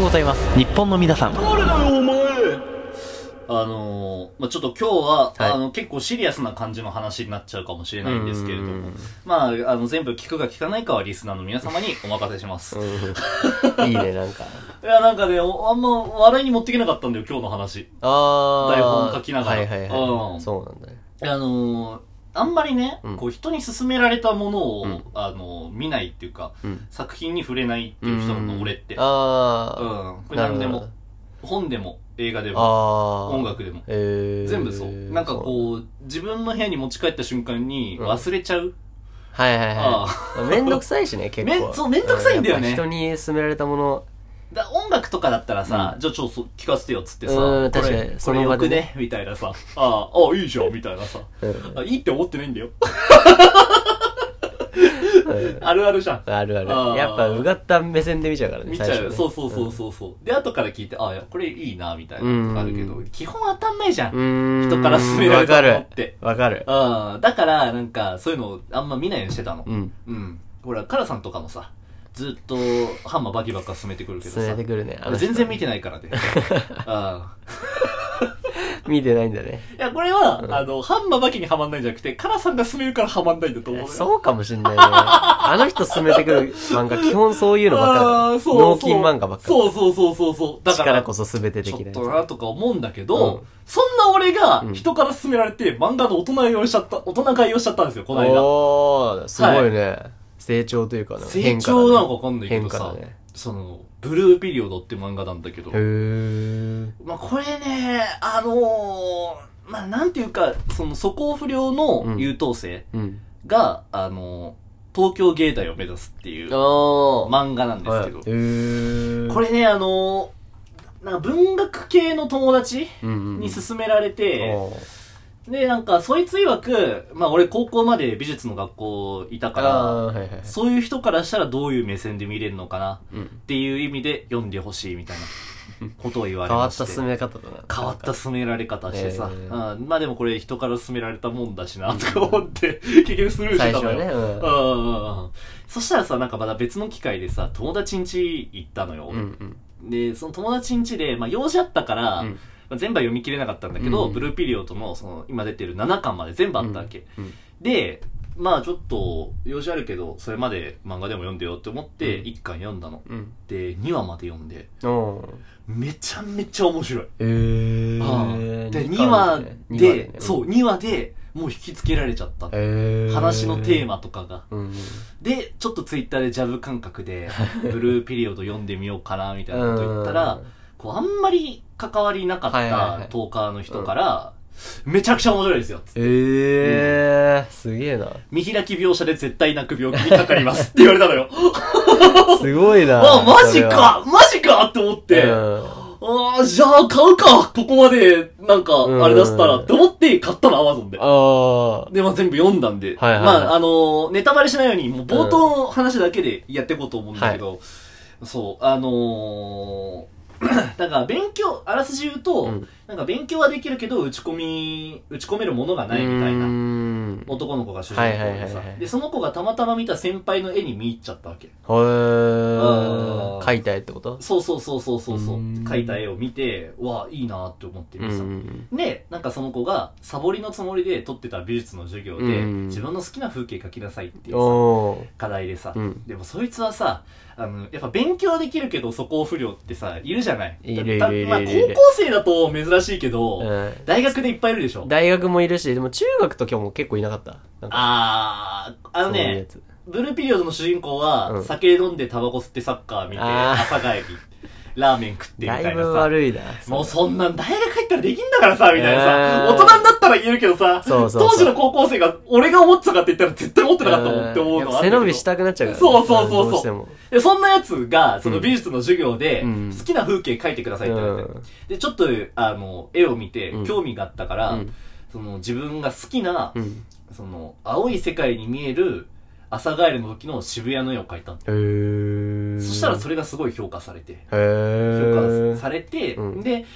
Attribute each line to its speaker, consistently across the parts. Speaker 1: ございます。日本の皆さん。
Speaker 2: 誰だよ、お前あのーまあ、ちょっと今日は、
Speaker 1: はい
Speaker 2: あの、結構シリアスな感じの話になっちゃうかもしれないんですけれど
Speaker 1: うんうんう
Speaker 2: も
Speaker 1: ん、
Speaker 2: まあ、あの、全部聞くか聞かないかはリスナーの皆様にお任せします。
Speaker 1: いいね、なんか。
Speaker 2: いや、なんかね、おあんま笑いに持っていけなかったんだよ、今日の話。
Speaker 1: あー。
Speaker 2: 台本書きながら
Speaker 1: はいはいはい。
Speaker 2: うん
Speaker 1: そうなんだね。
Speaker 2: あのーあんまりね、
Speaker 1: うん
Speaker 2: こう人に勧められたものを、
Speaker 1: うん
Speaker 2: あのー見ないっていうか、
Speaker 1: うん。
Speaker 2: 作品に触れないっていう人なの、俺って。うん。
Speaker 1: あ
Speaker 2: こ
Speaker 1: ー。
Speaker 2: れ何
Speaker 1: な
Speaker 2: で
Speaker 1: るほ
Speaker 2: も
Speaker 1: ど。。
Speaker 2: 本でも、映画でも、
Speaker 1: あー。
Speaker 2: 音。楽でも。
Speaker 1: えー。
Speaker 2: 全部そう。なんか
Speaker 1: う。
Speaker 2: こう、自分の部屋に持ち帰った瞬間に
Speaker 1: うん
Speaker 2: 忘れちゃう。
Speaker 1: はいはい
Speaker 2: あ
Speaker 1: はい。めんどくさいしね、結
Speaker 2: め
Speaker 1: 構。
Speaker 2: んそうめんどくさいんだよね
Speaker 1: うやっぱ人に勧められたもの、
Speaker 2: だ音楽とかだったらさ、じゃあちょっと聞かせてよっつってさ、
Speaker 1: うん
Speaker 2: これ
Speaker 1: 確かに
Speaker 2: こ
Speaker 1: そ
Speaker 2: れ
Speaker 1: の
Speaker 2: よ
Speaker 1: 場
Speaker 2: く
Speaker 1: でね
Speaker 2: ね、みたいなさ、ああ、あいいじゃん、みたいなさ、
Speaker 1: うん
Speaker 2: あいいって思ってないんだよ。あるあるじゃん。
Speaker 1: あるある
Speaker 2: あー。
Speaker 1: やっぱ、うがった目線で見ちゃうからね、
Speaker 2: 見ちゃ
Speaker 1: 最初
Speaker 2: う。
Speaker 1: ね
Speaker 2: そうそうそうそうそう。で、後から聞いて、ああ、いやこれいいな、みたいな
Speaker 1: うん
Speaker 2: とかあるけど、基本当たんないじゃん。
Speaker 1: うん。
Speaker 2: 人から勧められたものって
Speaker 1: わかる。わかる。
Speaker 2: うん。だから、なんか、そういうのあんま見ないようにしてたの。
Speaker 1: うん。
Speaker 2: うん。ほら、カラさんとかもさ、ずっとハンマーバキバカ進めてくるけど
Speaker 1: 進め
Speaker 2: さ
Speaker 1: て、くるね。あの人
Speaker 2: 全然見てないからね。うん。
Speaker 1: 見てないんだね。
Speaker 2: いや、これは、あの、ハンマーバキにはまんないんじゃなくて、カラさんが進めるからはまんないんだと思うよ。
Speaker 1: そうかもしんないね。あの人進めてくる漫画、基本そういうのばっかりだ
Speaker 2: あ
Speaker 1: ね
Speaker 2: ーそう
Speaker 1: 脳筋漫画ばっかり。
Speaker 2: そうそうそうそうそう。だから、
Speaker 1: 力
Speaker 2: ち
Speaker 1: こそ全て的
Speaker 2: ょ
Speaker 1: な
Speaker 2: っ
Speaker 1: や
Speaker 2: となとか思うんだけど、
Speaker 1: うん
Speaker 2: そんな俺が
Speaker 1: うん
Speaker 2: 人から勧められて、漫画の大人買いをしちゃった、大人買いをしちゃったんですよ、この間。
Speaker 1: おー、すごいね。成長というかな。
Speaker 2: 成長なのかわかんないけ
Speaker 1: 変
Speaker 2: ど
Speaker 1: 化だ
Speaker 2: さ、
Speaker 1: ね。
Speaker 2: その、ブルーピリオドって漫画なんだけど
Speaker 1: へ、ー。
Speaker 2: まあ、これね、あのー、まあ、なんていうか、その、素行不良の優等生
Speaker 1: うん。
Speaker 2: が、あのー、東京芸大を目指すっていう
Speaker 1: お
Speaker 2: 漫画なんですけど、
Speaker 1: へー。
Speaker 2: こ
Speaker 1: れ
Speaker 2: れね、あのーなんか文学系の友達に
Speaker 1: に
Speaker 2: 勧められて、
Speaker 1: おー
Speaker 2: で、なんか、そいつ曰く、まあ俺高校まで美術の学校いたから、
Speaker 1: あー、はいはいはい。
Speaker 2: そういう人からしたらどういう目線で見れるのかな
Speaker 1: うん
Speaker 2: っていう意味で読んでほしいみたい なことを言われ
Speaker 1: 変わ
Speaker 2: ま
Speaker 1: っ
Speaker 2: して
Speaker 1: た進め方だな。
Speaker 2: 変わった勧められ方してさ、
Speaker 1: え
Speaker 2: うん、まあでもこれ人から勧められたもんだしなとか思って、結局スルーして
Speaker 1: 最
Speaker 2: た
Speaker 1: 初
Speaker 2: の
Speaker 1: は
Speaker 2: よ。
Speaker 1: ね。うん
Speaker 2: うんうんうんそしたらさ、なんかまた別の機会でさ、友達ん家行ったのよ、
Speaker 1: うんうん。
Speaker 2: で、その友達ん家で、まあ、用事あったから、
Speaker 1: うん
Speaker 2: まあ、全部は読み切れなかったんだけど、
Speaker 1: うん
Speaker 2: ブルーピリオとの、その、今出てる7巻まで全部あったわけ。
Speaker 1: うん
Speaker 2: で、まあ、ちょっと、用事あるけど、それまで漫画でも読んでよって思って、
Speaker 1: うん
Speaker 2: 1巻読んだの。
Speaker 1: うん。
Speaker 2: で、2話まで読んで、
Speaker 1: おー。
Speaker 2: めちゃめちゃ面白い。
Speaker 1: えー。
Speaker 2: うんで、
Speaker 1: 二
Speaker 2: 2話
Speaker 1: 巻
Speaker 2: で、
Speaker 1: 二話ね
Speaker 2: そう、2話で、もう引きつけられちゃった。話のテー。マとかが。
Speaker 1: うん。
Speaker 2: で、ちょっとツイッターでジャブ感 覚で、ブルーピリオド読んでみようかな、みたいなこと言ったら、こう、あんまり関わりなかっ
Speaker 1: はいはいは
Speaker 2: た
Speaker 1: い
Speaker 2: トーカーの人から、めちゃくちゃ面白いですよ。
Speaker 1: ええー、すげえ な。
Speaker 2: 見開き描写で絶対泣く病気にかかりますって言われた のよ。
Speaker 1: すごいな。
Speaker 2: あ、マ
Speaker 1: そ
Speaker 2: ジ
Speaker 1: れは
Speaker 2: かマジかって思って、
Speaker 1: うん
Speaker 2: ああ、じゃあ買うかここまで、なんか、
Speaker 1: うん
Speaker 2: あれ出したらって思って買ったの、アマゾンで。
Speaker 1: ああ。
Speaker 2: で、まあ全部読んだんで、
Speaker 1: はいはい
Speaker 2: まあ、あのーネタバレしないように、もう冒頭の話だけでやっていこうと思うんだけど、そう、あのー なんか勉強、あらすじ言うと、
Speaker 1: うん
Speaker 2: なんか勉強はできるけど、打ち込み、打ち込めるものがないみたいうな
Speaker 1: ーん
Speaker 2: 男の子が主人公でさ、
Speaker 1: はいはいはいはい
Speaker 2: で、その子がたまたま見た先輩の絵に見入っちゃったわけ。
Speaker 1: へ
Speaker 2: あ
Speaker 1: ー。
Speaker 2: ー
Speaker 1: 書いた絵ってこと
Speaker 2: そうそうそうそうそうそうう、
Speaker 1: ん
Speaker 2: 描いた絵を見て、うわ、いいなって思って
Speaker 1: う
Speaker 2: 見てさ、
Speaker 1: ん。
Speaker 2: で、なんかその子が、サボりのつもりで撮ってた美術の授業で、
Speaker 1: うん
Speaker 2: 自分の好きな風景描きなさいっていうさ
Speaker 1: おー。
Speaker 2: 課題でさ、
Speaker 1: うん
Speaker 2: でもそいつはさあのやっぱ勉強できるけど素行不良ってさいるじゃない
Speaker 1: いる
Speaker 2: だ
Speaker 1: いるいる
Speaker 2: まあ
Speaker 1: い
Speaker 2: 高
Speaker 1: るいる
Speaker 2: 校生だと珍しいけど、
Speaker 1: うん
Speaker 2: 大学でいっぱいいるでしょ
Speaker 1: 大学もいるし、でも中学と今日も結構いなかった。なんか
Speaker 2: あーあの
Speaker 1: そういうや
Speaker 2: ね
Speaker 1: つ
Speaker 2: ブルーピリオドの主人公は、
Speaker 1: うん
Speaker 2: 酒飲んでタバコ吸ってサッカー見て
Speaker 1: あー
Speaker 2: 朝帰りラーメン食ってみた
Speaker 1: だい
Speaker 2: い
Speaker 1: ぶ
Speaker 2: なさ
Speaker 1: 悪いな。
Speaker 2: もうそんなん大学入ったらできんだからさ、みたいなさ、
Speaker 1: うん
Speaker 2: 大人になったら言えるけどさ、
Speaker 1: そうそうそう
Speaker 2: 当時の高校生が俺が思ってたかって言ったら絶対思ってなかったもんって思うのがあ
Speaker 1: や
Speaker 2: っ
Speaker 1: っぱ
Speaker 2: たけ
Speaker 1: 背
Speaker 2: ど
Speaker 1: 伸びしたくなっちゃうからね。
Speaker 2: そうそうそうそう
Speaker 1: どしても。
Speaker 2: で、そんなやつが、その美術の授業で、
Speaker 1: うん
Speaker 2: 好きな風景描いてくださいって言われて、
Speaker 1: うん
Speaker 2: で、ちょっと、あの、絵を見て
Speaker 1: う、ん
Speaker 2: 興味があったから、
Speaker 1: うん
Speaker 2: その、自分が好きな、
Speaker 1: うん。
Speaker 2: その、青い世界に見える、朝帰りの時の渋谷の絵を描いたの。
Speaker 1: へー。
Speaker 2: そしたら、それがすごい評価されて、
Speaker 1: へー。
Speaker 2: 評価されて、
Speaker 1: うん
Speaker 2: で、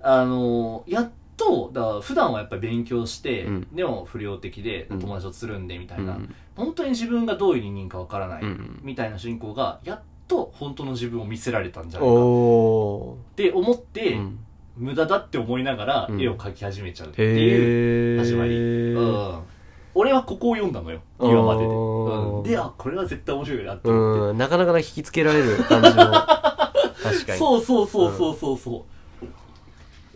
Speaker 2: あの、やっと、だから普段はやっぱり勉強して、
Speaker 1: うん
Speaker 2: でも不良的で、
Speaker 1: うん
Speaker 2: 友達とつるんでみたいうな、
Speaker 1: ん
Speaker 2: 本当に自分がどういう人間かわからない、
Speaker 1: うん
Speaker 2: みたいな主人公が、やっと本当の自分を見せられたんじゃないかっ
Speaker 1: おー。
Speaker 2: て思って、
Speaker 1: うん
Speaker 2: 無駄だって思いながら
Speaker 1: うん
Speaker 2: 絵を描き始めちゃうってい
Speaker 1: へ
Speaker 2: う、
Speaker 1: ー。
Speaker 2: 始まりうん俺はここを読んだのよ今までで、
Speaker 1: あー
Speaker 2: うん、であこれは絶対面白いなって思って、
Speaker 1: うん、なかなかな引きつけられる感じの。 確かに。
Speaker 2: そうそうそうそうそうそ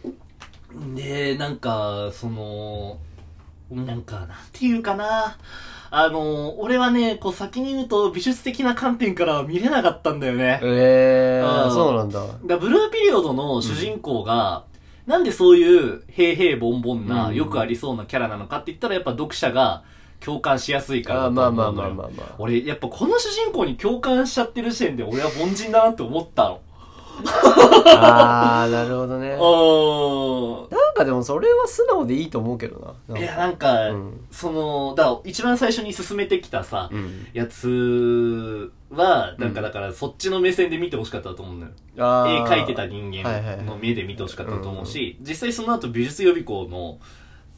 Speaker 2: う、でなんかそのなんかなんていうかなあの俺はねこう先に言うと美術的な観点からは見れなかったんだよね、
Speaker 1: えー、
Speaker 2: うん
Speaker 1: そうなんだ。
Speaker 2: だブルーピリオドの主人公が、なんでそういう平々ボンボンな、
Speaker 1: うん
Speaker 2: よくありそうなキャラなのかって言ったらやっぱ読者が共感しやすいか
Speaker 1: あ
Speaker 2: らだ
Speaker 1: ー
Speaker 2: と
Speaker 1: まあ
Speaker 2: 思うの
Speaker 1: ま
Speaker 2: よ
Speaker 1: あまあまあまあ。
Speaker 2: 俺やっぱこの主人公に共感しちゃってる時点で俺は凡人だなって思ったの
Speaker 1: あー、なるほどね。
Speaker 2: う
Speaker 1: なんかでもそれは素直でいいと思うけどな。
Speaker 2: ー
Speaker 1: なん
Speaker 2: い
Speaker 1: か
Speaker 2: やなんか、
Speaker 1: うん
Speaker 2: そのだから一番最初に進めてきたさ、
Speaker 1: うん。
Speaker 2: やつはなん
Speaker 1: う
Speaker 2: か
Speaker 1: ん
Speaker 2: だからそっちの目線で見てほしかったと思うのよ
Speaker 1: あ
Speaker 2: 絵
Speaker 1: ー
Speaker 2: 描いてた人
Speaker 1: はいは
Speaker 2: 間
Speaker 1: い
Speaker 2: の目で見てほしかったと思うし、実際その後美術予備校の、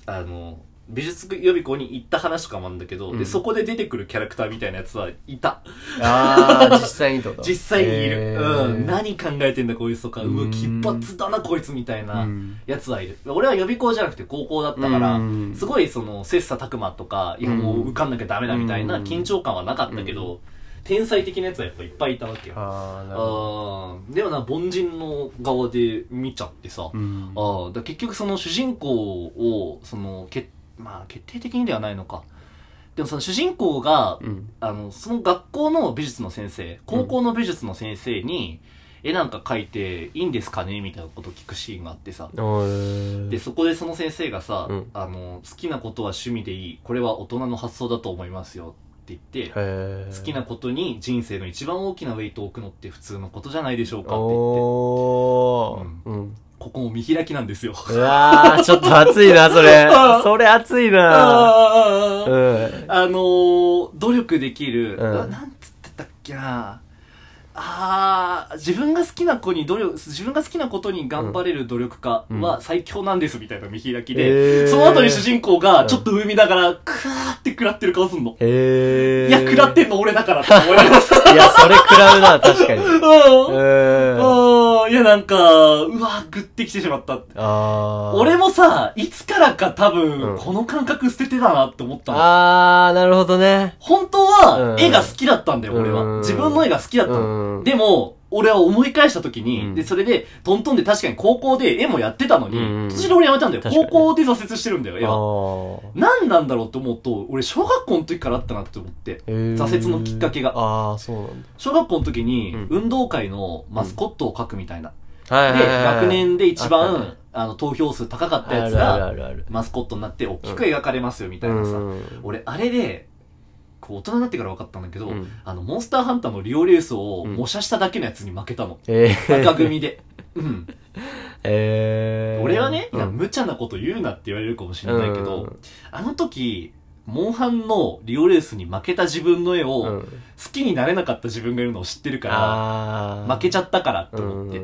Speaker 2: あの、美術予備校に行った話とかもあるんだけど、
Speaker 1: う
Speaker 2: で、
Speaker 1: ん
Speaker 2: そこで出てくるキャラクターみたいなやつはいた。
Speaker 1: あー、実際にってこと
Speaker 2: 実際にいる。
Speaker 1: へ
Speaker 2: う
Speaker 1: ー
Speaker 2: ん。何考えてんだこいつとか、う
Speaker 1: う
Speaker 2: わ、
Speaker 1: ん
Speaker 2: 奇抜だなこいつみたいうなんやつはいる。俺は予備校じゃなくて高校だったから
Speaker 1: う、ん
Speaker 2: すごいその、切磋琢磨とか、いや
Speaker 1: うん
Speaker 2: もう受かんなきゃダメだみたいな
Speaker 1: うん
Speaker 2: 緊張感はなかったけど、天才的なやつはやっぱいっぱいいたわけよ。
Speaker 1: あー、なるほど。
Speaker 2: あーでもな凡人の側で見ちゃってさ、
Speaker 1: うん
Speaker 2: あーだから結局その主人公をそのけ、まあ、決定的にではないのかでもその主人公が、
Speaker 1: うん。
Speaker 2: あのその学校の美術の先生高校の美術の先生に、絵なんか描いていいんですかねみたいなことを聞くシーンがあってさ
Speaker 1: おー
Speaker 2: でそこでその先生がさ、
Speaker 1: うん
Speaker 2: あの好きなことは趣味でいいこれは大人の発想だと思いますよって言って、
Speaker 1: へー
Speaker 2: 好きなことに人生の一番大きなウェイトを置くのって普通のことじゃないでしょうかって言って、
Speaker 1: おー。うん。
Speaker 2: ここも見開きなんですよ。。
Speaker 1: うわー、ちょっと熱いな、それ それ熱いな。う
Speaker 2: あ
Speaker 1: ん。
Speaker 2: のー、努力できる、
Speaker 1: うん
Speaker 2: ななんつってたっけなあー自分が好きな子に努力、自分が好きなことに頑張れる努力家は最強なんですみたいな見開きで、
Speaker 1: へー
Speaker 2: その後に主人公が
Speaker 1: うん
Speaker 2: ちょっと上見ながら、クワーって食らってる顔すんの。
Speaker 1: へー。
Speaker 2: いや、食らってんの俺だからって思いました。
Speaker 1: いや、それ食らうな、確かに。う
Speaker 2: うん。
Speaker 1: ん。
Speaker 2: うん。いや、なんか、うわ、グってきてしまった。
Speaker 1: あー。
Speaker 2: 俺もさ、いつからか多
Speaker 1: う
Speaker 2: 分、
Speaker 1: ん
Speaker 2: この感覚捨ててたなって思ったの。
Speaker 1: あー、なるほどね。
Speaker 2: 本当
Speaker 1: う
Speaker 2: は、
Speaker 1: ん
Speaker 2: 絵が好きだったんだよ、俺
Speaker 1: うん
Speaker 2: は。自分の絵が好きだったの。
Speaker 1: うん。
Speaker 2: でも、俺は思い返した時に、
Speaker 1: うん
Speaker 2: で、それで、トントンで確かに高校で絵もやってたのに、
Speaker 1: うん
Speaker 2: 途中で俺やめたんだよ。
Speaker 1: 確かに
Speaker 2: 高校で挫折してるんだよ、絵
Speaker 1: あ
Speaker 2: は。
Speaker 1: ー。
Speaker 2: 何なんだろうって思うと、俺小学校の時からあったなって思って。
Speaker 1: へー
Speaker 2: 挫折のきっかけが
Speaker 1: あー、そうなんだ。
Speaker 2: 小学校の時に、
Speaker 1: うん
Speaker 2: 運動会のマスコットを描くみたいな。
Speaker 1: は
Speaker 2: で、
Speaker 1: いはいはい。
Speaker 2: 学年で一
Speaker 1: あったね
Speaker 2: 番、あの、投票数高かったやつ
Speaker 1: あるあ
Speaker 2: が、
Speaker 1: るある
Speaker 2: マスコットになって大きく描かれますよ、みたいなさ。
Speaker 1: うん
Speaker 2: 俺あれでこう大人になってから分かったんだけど、
Speaker 1: うん
Speaker 2: あのモンスターハンターのリオレースを
Speaker 1: うん
Speaker 2: 模写しただけのやつに負け たの、
Speaker 1: えー。
Speaker 2: 赤組で、うん、
Speaker 1: えー。
Speaker 2: 俺はね、いや
Speaker 1: うん
Speaker 2: 無茶なこと言うなって言われるかもしれないけど、
Speaker 1: うん
Speaker 2: あの時モンハンのリオレースに負けた自分の絵を、
Speaker 1: うん
Speaker 2: 好きになれなかった自分がいるのを知ってるか
Speaker 1: あ
Speaker 2: ら
Speaker 1: ー。
Speaker 2: 負けち
Speaker 1: ゃ
Speaker 2: ゃったからって
Speaker 1: う
Speaker 2: 思
Speaker 1: ん
Speaker 2: って、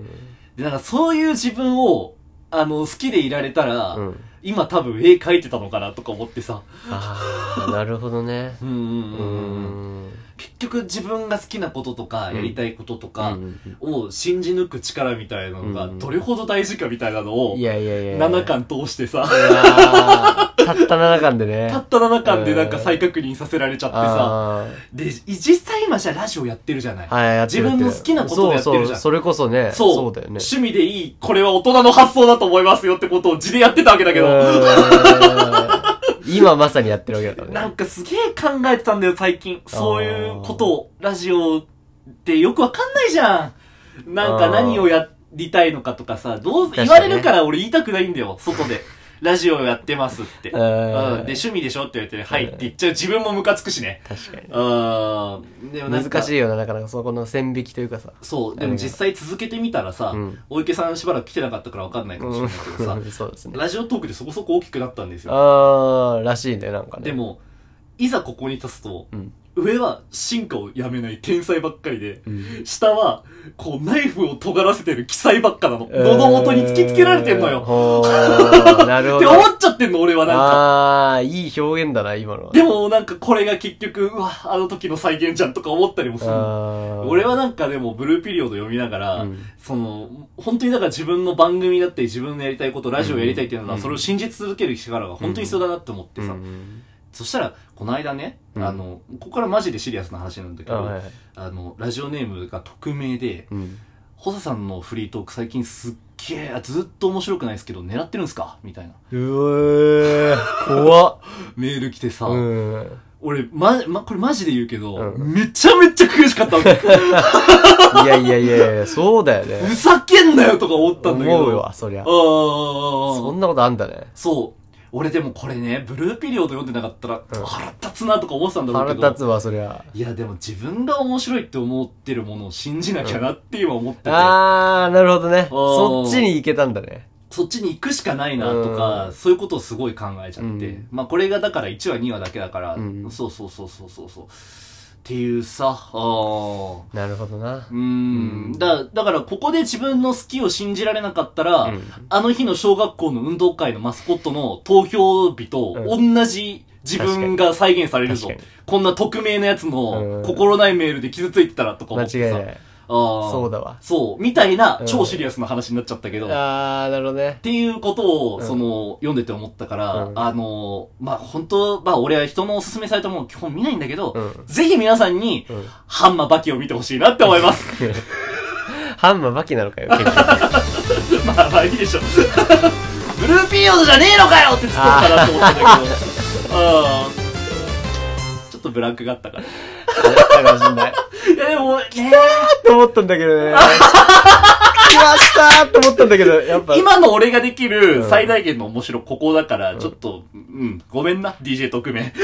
Speaker 2: でなんかそういう自分をあの好きでいられたら、
Speaker 1: うん。
Speaker 2: 今多分絵描いてたのかなとか思ってさ
Speaker 1: あー、なるほどね。
Speaker 2: うんう
Speaker 1: う
Speaker 2: んうんうん、うん
Speaker 1: ん。
Speaker 2: 結局自分が好きなこととか
Speaker 1: うん
Speaker 2: やりたいことと
Speaker 1: う
Speaker 2: か
Speaker 1: ん
Speaker 2: を信じ抜く力みたいなのが
Speaker 1: うん
Speaker 2: どれほど大事かみたいなのを
Speaker 1: いやいやいや。
Speaker 2: 7。巻通してさ、
Speaker 1: いやーたった7巻で ね。
Speaker 2: たった7巻でなんか再確認させられちゃってさ、
Speaker 1: あー
Speaker 2: で、い実際今じゃあラジオやってるじゃない、
Speaker 1: はい、やってるやってる
Speaker 2: 自分の好きなことをやってるじゃん
Speaker 1: そうそう、それこそね。
Speaker 2: そう
Speaker 1: そうだよね。
Speaker 2: 趣味でいい、これは大人の発想だと思いますよってことを字でやってたわけだけ
Speaker 1: う
Speaker 2: ど、
Speaker 1: ーん今まさにやってるわけだからね。
Speaker 2: なんかすげえ考えてたんだよ最近。そういうことを、ラジオってよくわかんないじゃん。なんか何をやりたいのかとかさ、どう、
Speaker 1: 確か
Speaker 2: 言
Speaker 1: にね
Speaker 2: われるから俺言いたくないんだよ、外で。ラジオやってますって。う。
Speaker 1: うんん
Speaker 2: で、趣味でしょって言われて、はいって言っちゃう自分もムカつくしね。
Speaker 1: 確かに。
Speaker 2: うん。でもなんか
Speaker 1: 難しいよな、なかなかそこの線引きというかさ。
Speaker 2: そう。でも実際続けてみたらさ
Speaker 1: うん、
Speaker 2: 大池さんしばらく来てなかったからわかんないかもしれないけど さ
Speaker 1: う、んそうですね。
Speaker 2: ラジオトークでそこそこ大きくなったんですよ。
Speaker 1: あー、らしいね、なんかね。
Speaker 2: で、も、いざここに立つと、
Speaker 1: うん。
Speaker 2: 上は進化をやめない天才ばっかりで、
Speaker 1: うん。
Speaker 2: 下は、こう、ナイフを尖らせてる奇才ばっかなの。喉元に突きつけられてんのよ。
Speaker 1: ほ ーなる
Speaker 2: っ
Speaker 1: ほ
Speaker 2: て
Speaker 1: ど。
Speaker 2: 思っちゃってんの、俺はなんか。
Speaker 1: ああ、いい表現だな、今のは。
Speaker 2: でも、なんかこれが結局、うわ、あの時の再現じゃんとか思ったりもする。
Speaker 1: あー、
Speaker 2: 俺はなんかでも、ブルーピリオド読みながら、
Speaker 1: うん
Speaker 2: その、本当にだから自分の番組だったり、自分のやりたいこと、ラジオやりたいっていうのは、
Speaker 1: うん
Speaker 2: それを信じ続ける力が本当に必要だなって思ってさ。
Speaker 1: うん
Speaker 2: そしたら、この間ね、
Speaker 1: うん
Speaker 2: あの、ここからマジでシリアスな話なんだけ
Speaker 1: あ
Speaker 2: ど、
Speaker 1: はいはい。
Speaker 2: あの、ラジオネームが匿名で、
Speaker 1: うん。
Speaker 2: ホサさんのフリートーク最近すっげえ、ずっと面白くないですけど、狙ってるんすかみたいな。
Speaker 1: うえー、怖っ。
Speaker 2: メール来てさ、
Speaker 1: うん。
Speaker 2: 俺、ま、ま、これマジで言うけど、
Speaker 1: うん
Speaker 2: めちゃめちゃ悔しかった わけ。
Speaker 1: いやいやいやいや、そうだよね。
Speaker 2: ふざけんなよとか思ったんだけど。
Speaker 1: 思うわ、そりゃ
Speaker 2: あ。ー。
Speaker 1: そんなことあんだね。
Speaker 2: そう。俺でもこれね、ブルーピリオド読んでなかったら、
Speaker 1: うん
Speaker 2: 腹立つなとか思ってたんだろう
Speaker 1: 腹
Speaker 2: けど。
Speaker 1: 立つわ、そりゃ。
Speaker 2: いや、でも自分が面白いって思ってるものを信じなきゃなって今思ってて、
Speaker 1: あー、なるほどね。
Speaker 2: おー
Speaker 1: そっちに行けたんだね。
Speaker 2: そっちに行くしかないなとか、
Speaker 1: うん
Speaker 2: そういうことをすごい考えちゃ
Speaker 1: う
Speaker 2: って、
Speaker 1: ん
Speaker 2: まあこれがだから1話2話だけだから、
Speaker 1: うん
Speaker 2: そうそうそうそうそうそう。っていうさ、あー
Speaker 1: なるほどな
Speaker 2: う。んだだから、ここで自分の好きを信じられなかったら、
Speaker 1: うん
Speaker 2: あの日の小学校の運動会のマスコットの投票日と同じ自分が再現されるぞ
Speaker 1: 確かに。
Speaker 2: こんな匿名のやつ
Speaker 1: う
Speaker 2: の
Speaker 1: ん
Speaker 2: 心ないメールで傷ついてたらとか思
Speaker 1: 間
Speaker 2: ってさ。
Speaker 1: 違いない。
Speaker 2: ああ。
Speaker 1: そうだわ。
Speaker 2: そう。みたいな
Speaker 1: うん
Speaker 2: 超シリアスな話になっちゃったけど。っ
Speaker 1: あー、なるほどね。
Speaker 2: ていうことを、
Speaker 1: うん
Speaker 2: その、読んでて思ったから、
Speaker 1: うん
Speaker 2: あのー、まあ、本当まあ、俺は人のおすすめされたものを基本見ないんだけど、
Speaker 1: うん
Speaker 2: ぜひ皆さんに、
Speaker 1: うん。
Speaker 2: ハンマーバキを見てほしいなって思います。
Speaker 1: ハンマーバキなの かよ、結局。
Speaker 2: まあまあいいでしょ ブルーピリオドじゃねえのかよって突っ込むかなと 思ったんだけどうんちょっとブランクがあっ たからい
Speaker 1: だからしんない。
Speaker 2: やでもね
Speaker 1: と思ったんだけど ね。来ましたーと思ったんだけど、やっぱ。
Speaker 2: 今の俺ができる
Speaker 1: うん
Speaker 2: 最大限の面白ここだからちょっとうん、ごめんな DJ 特命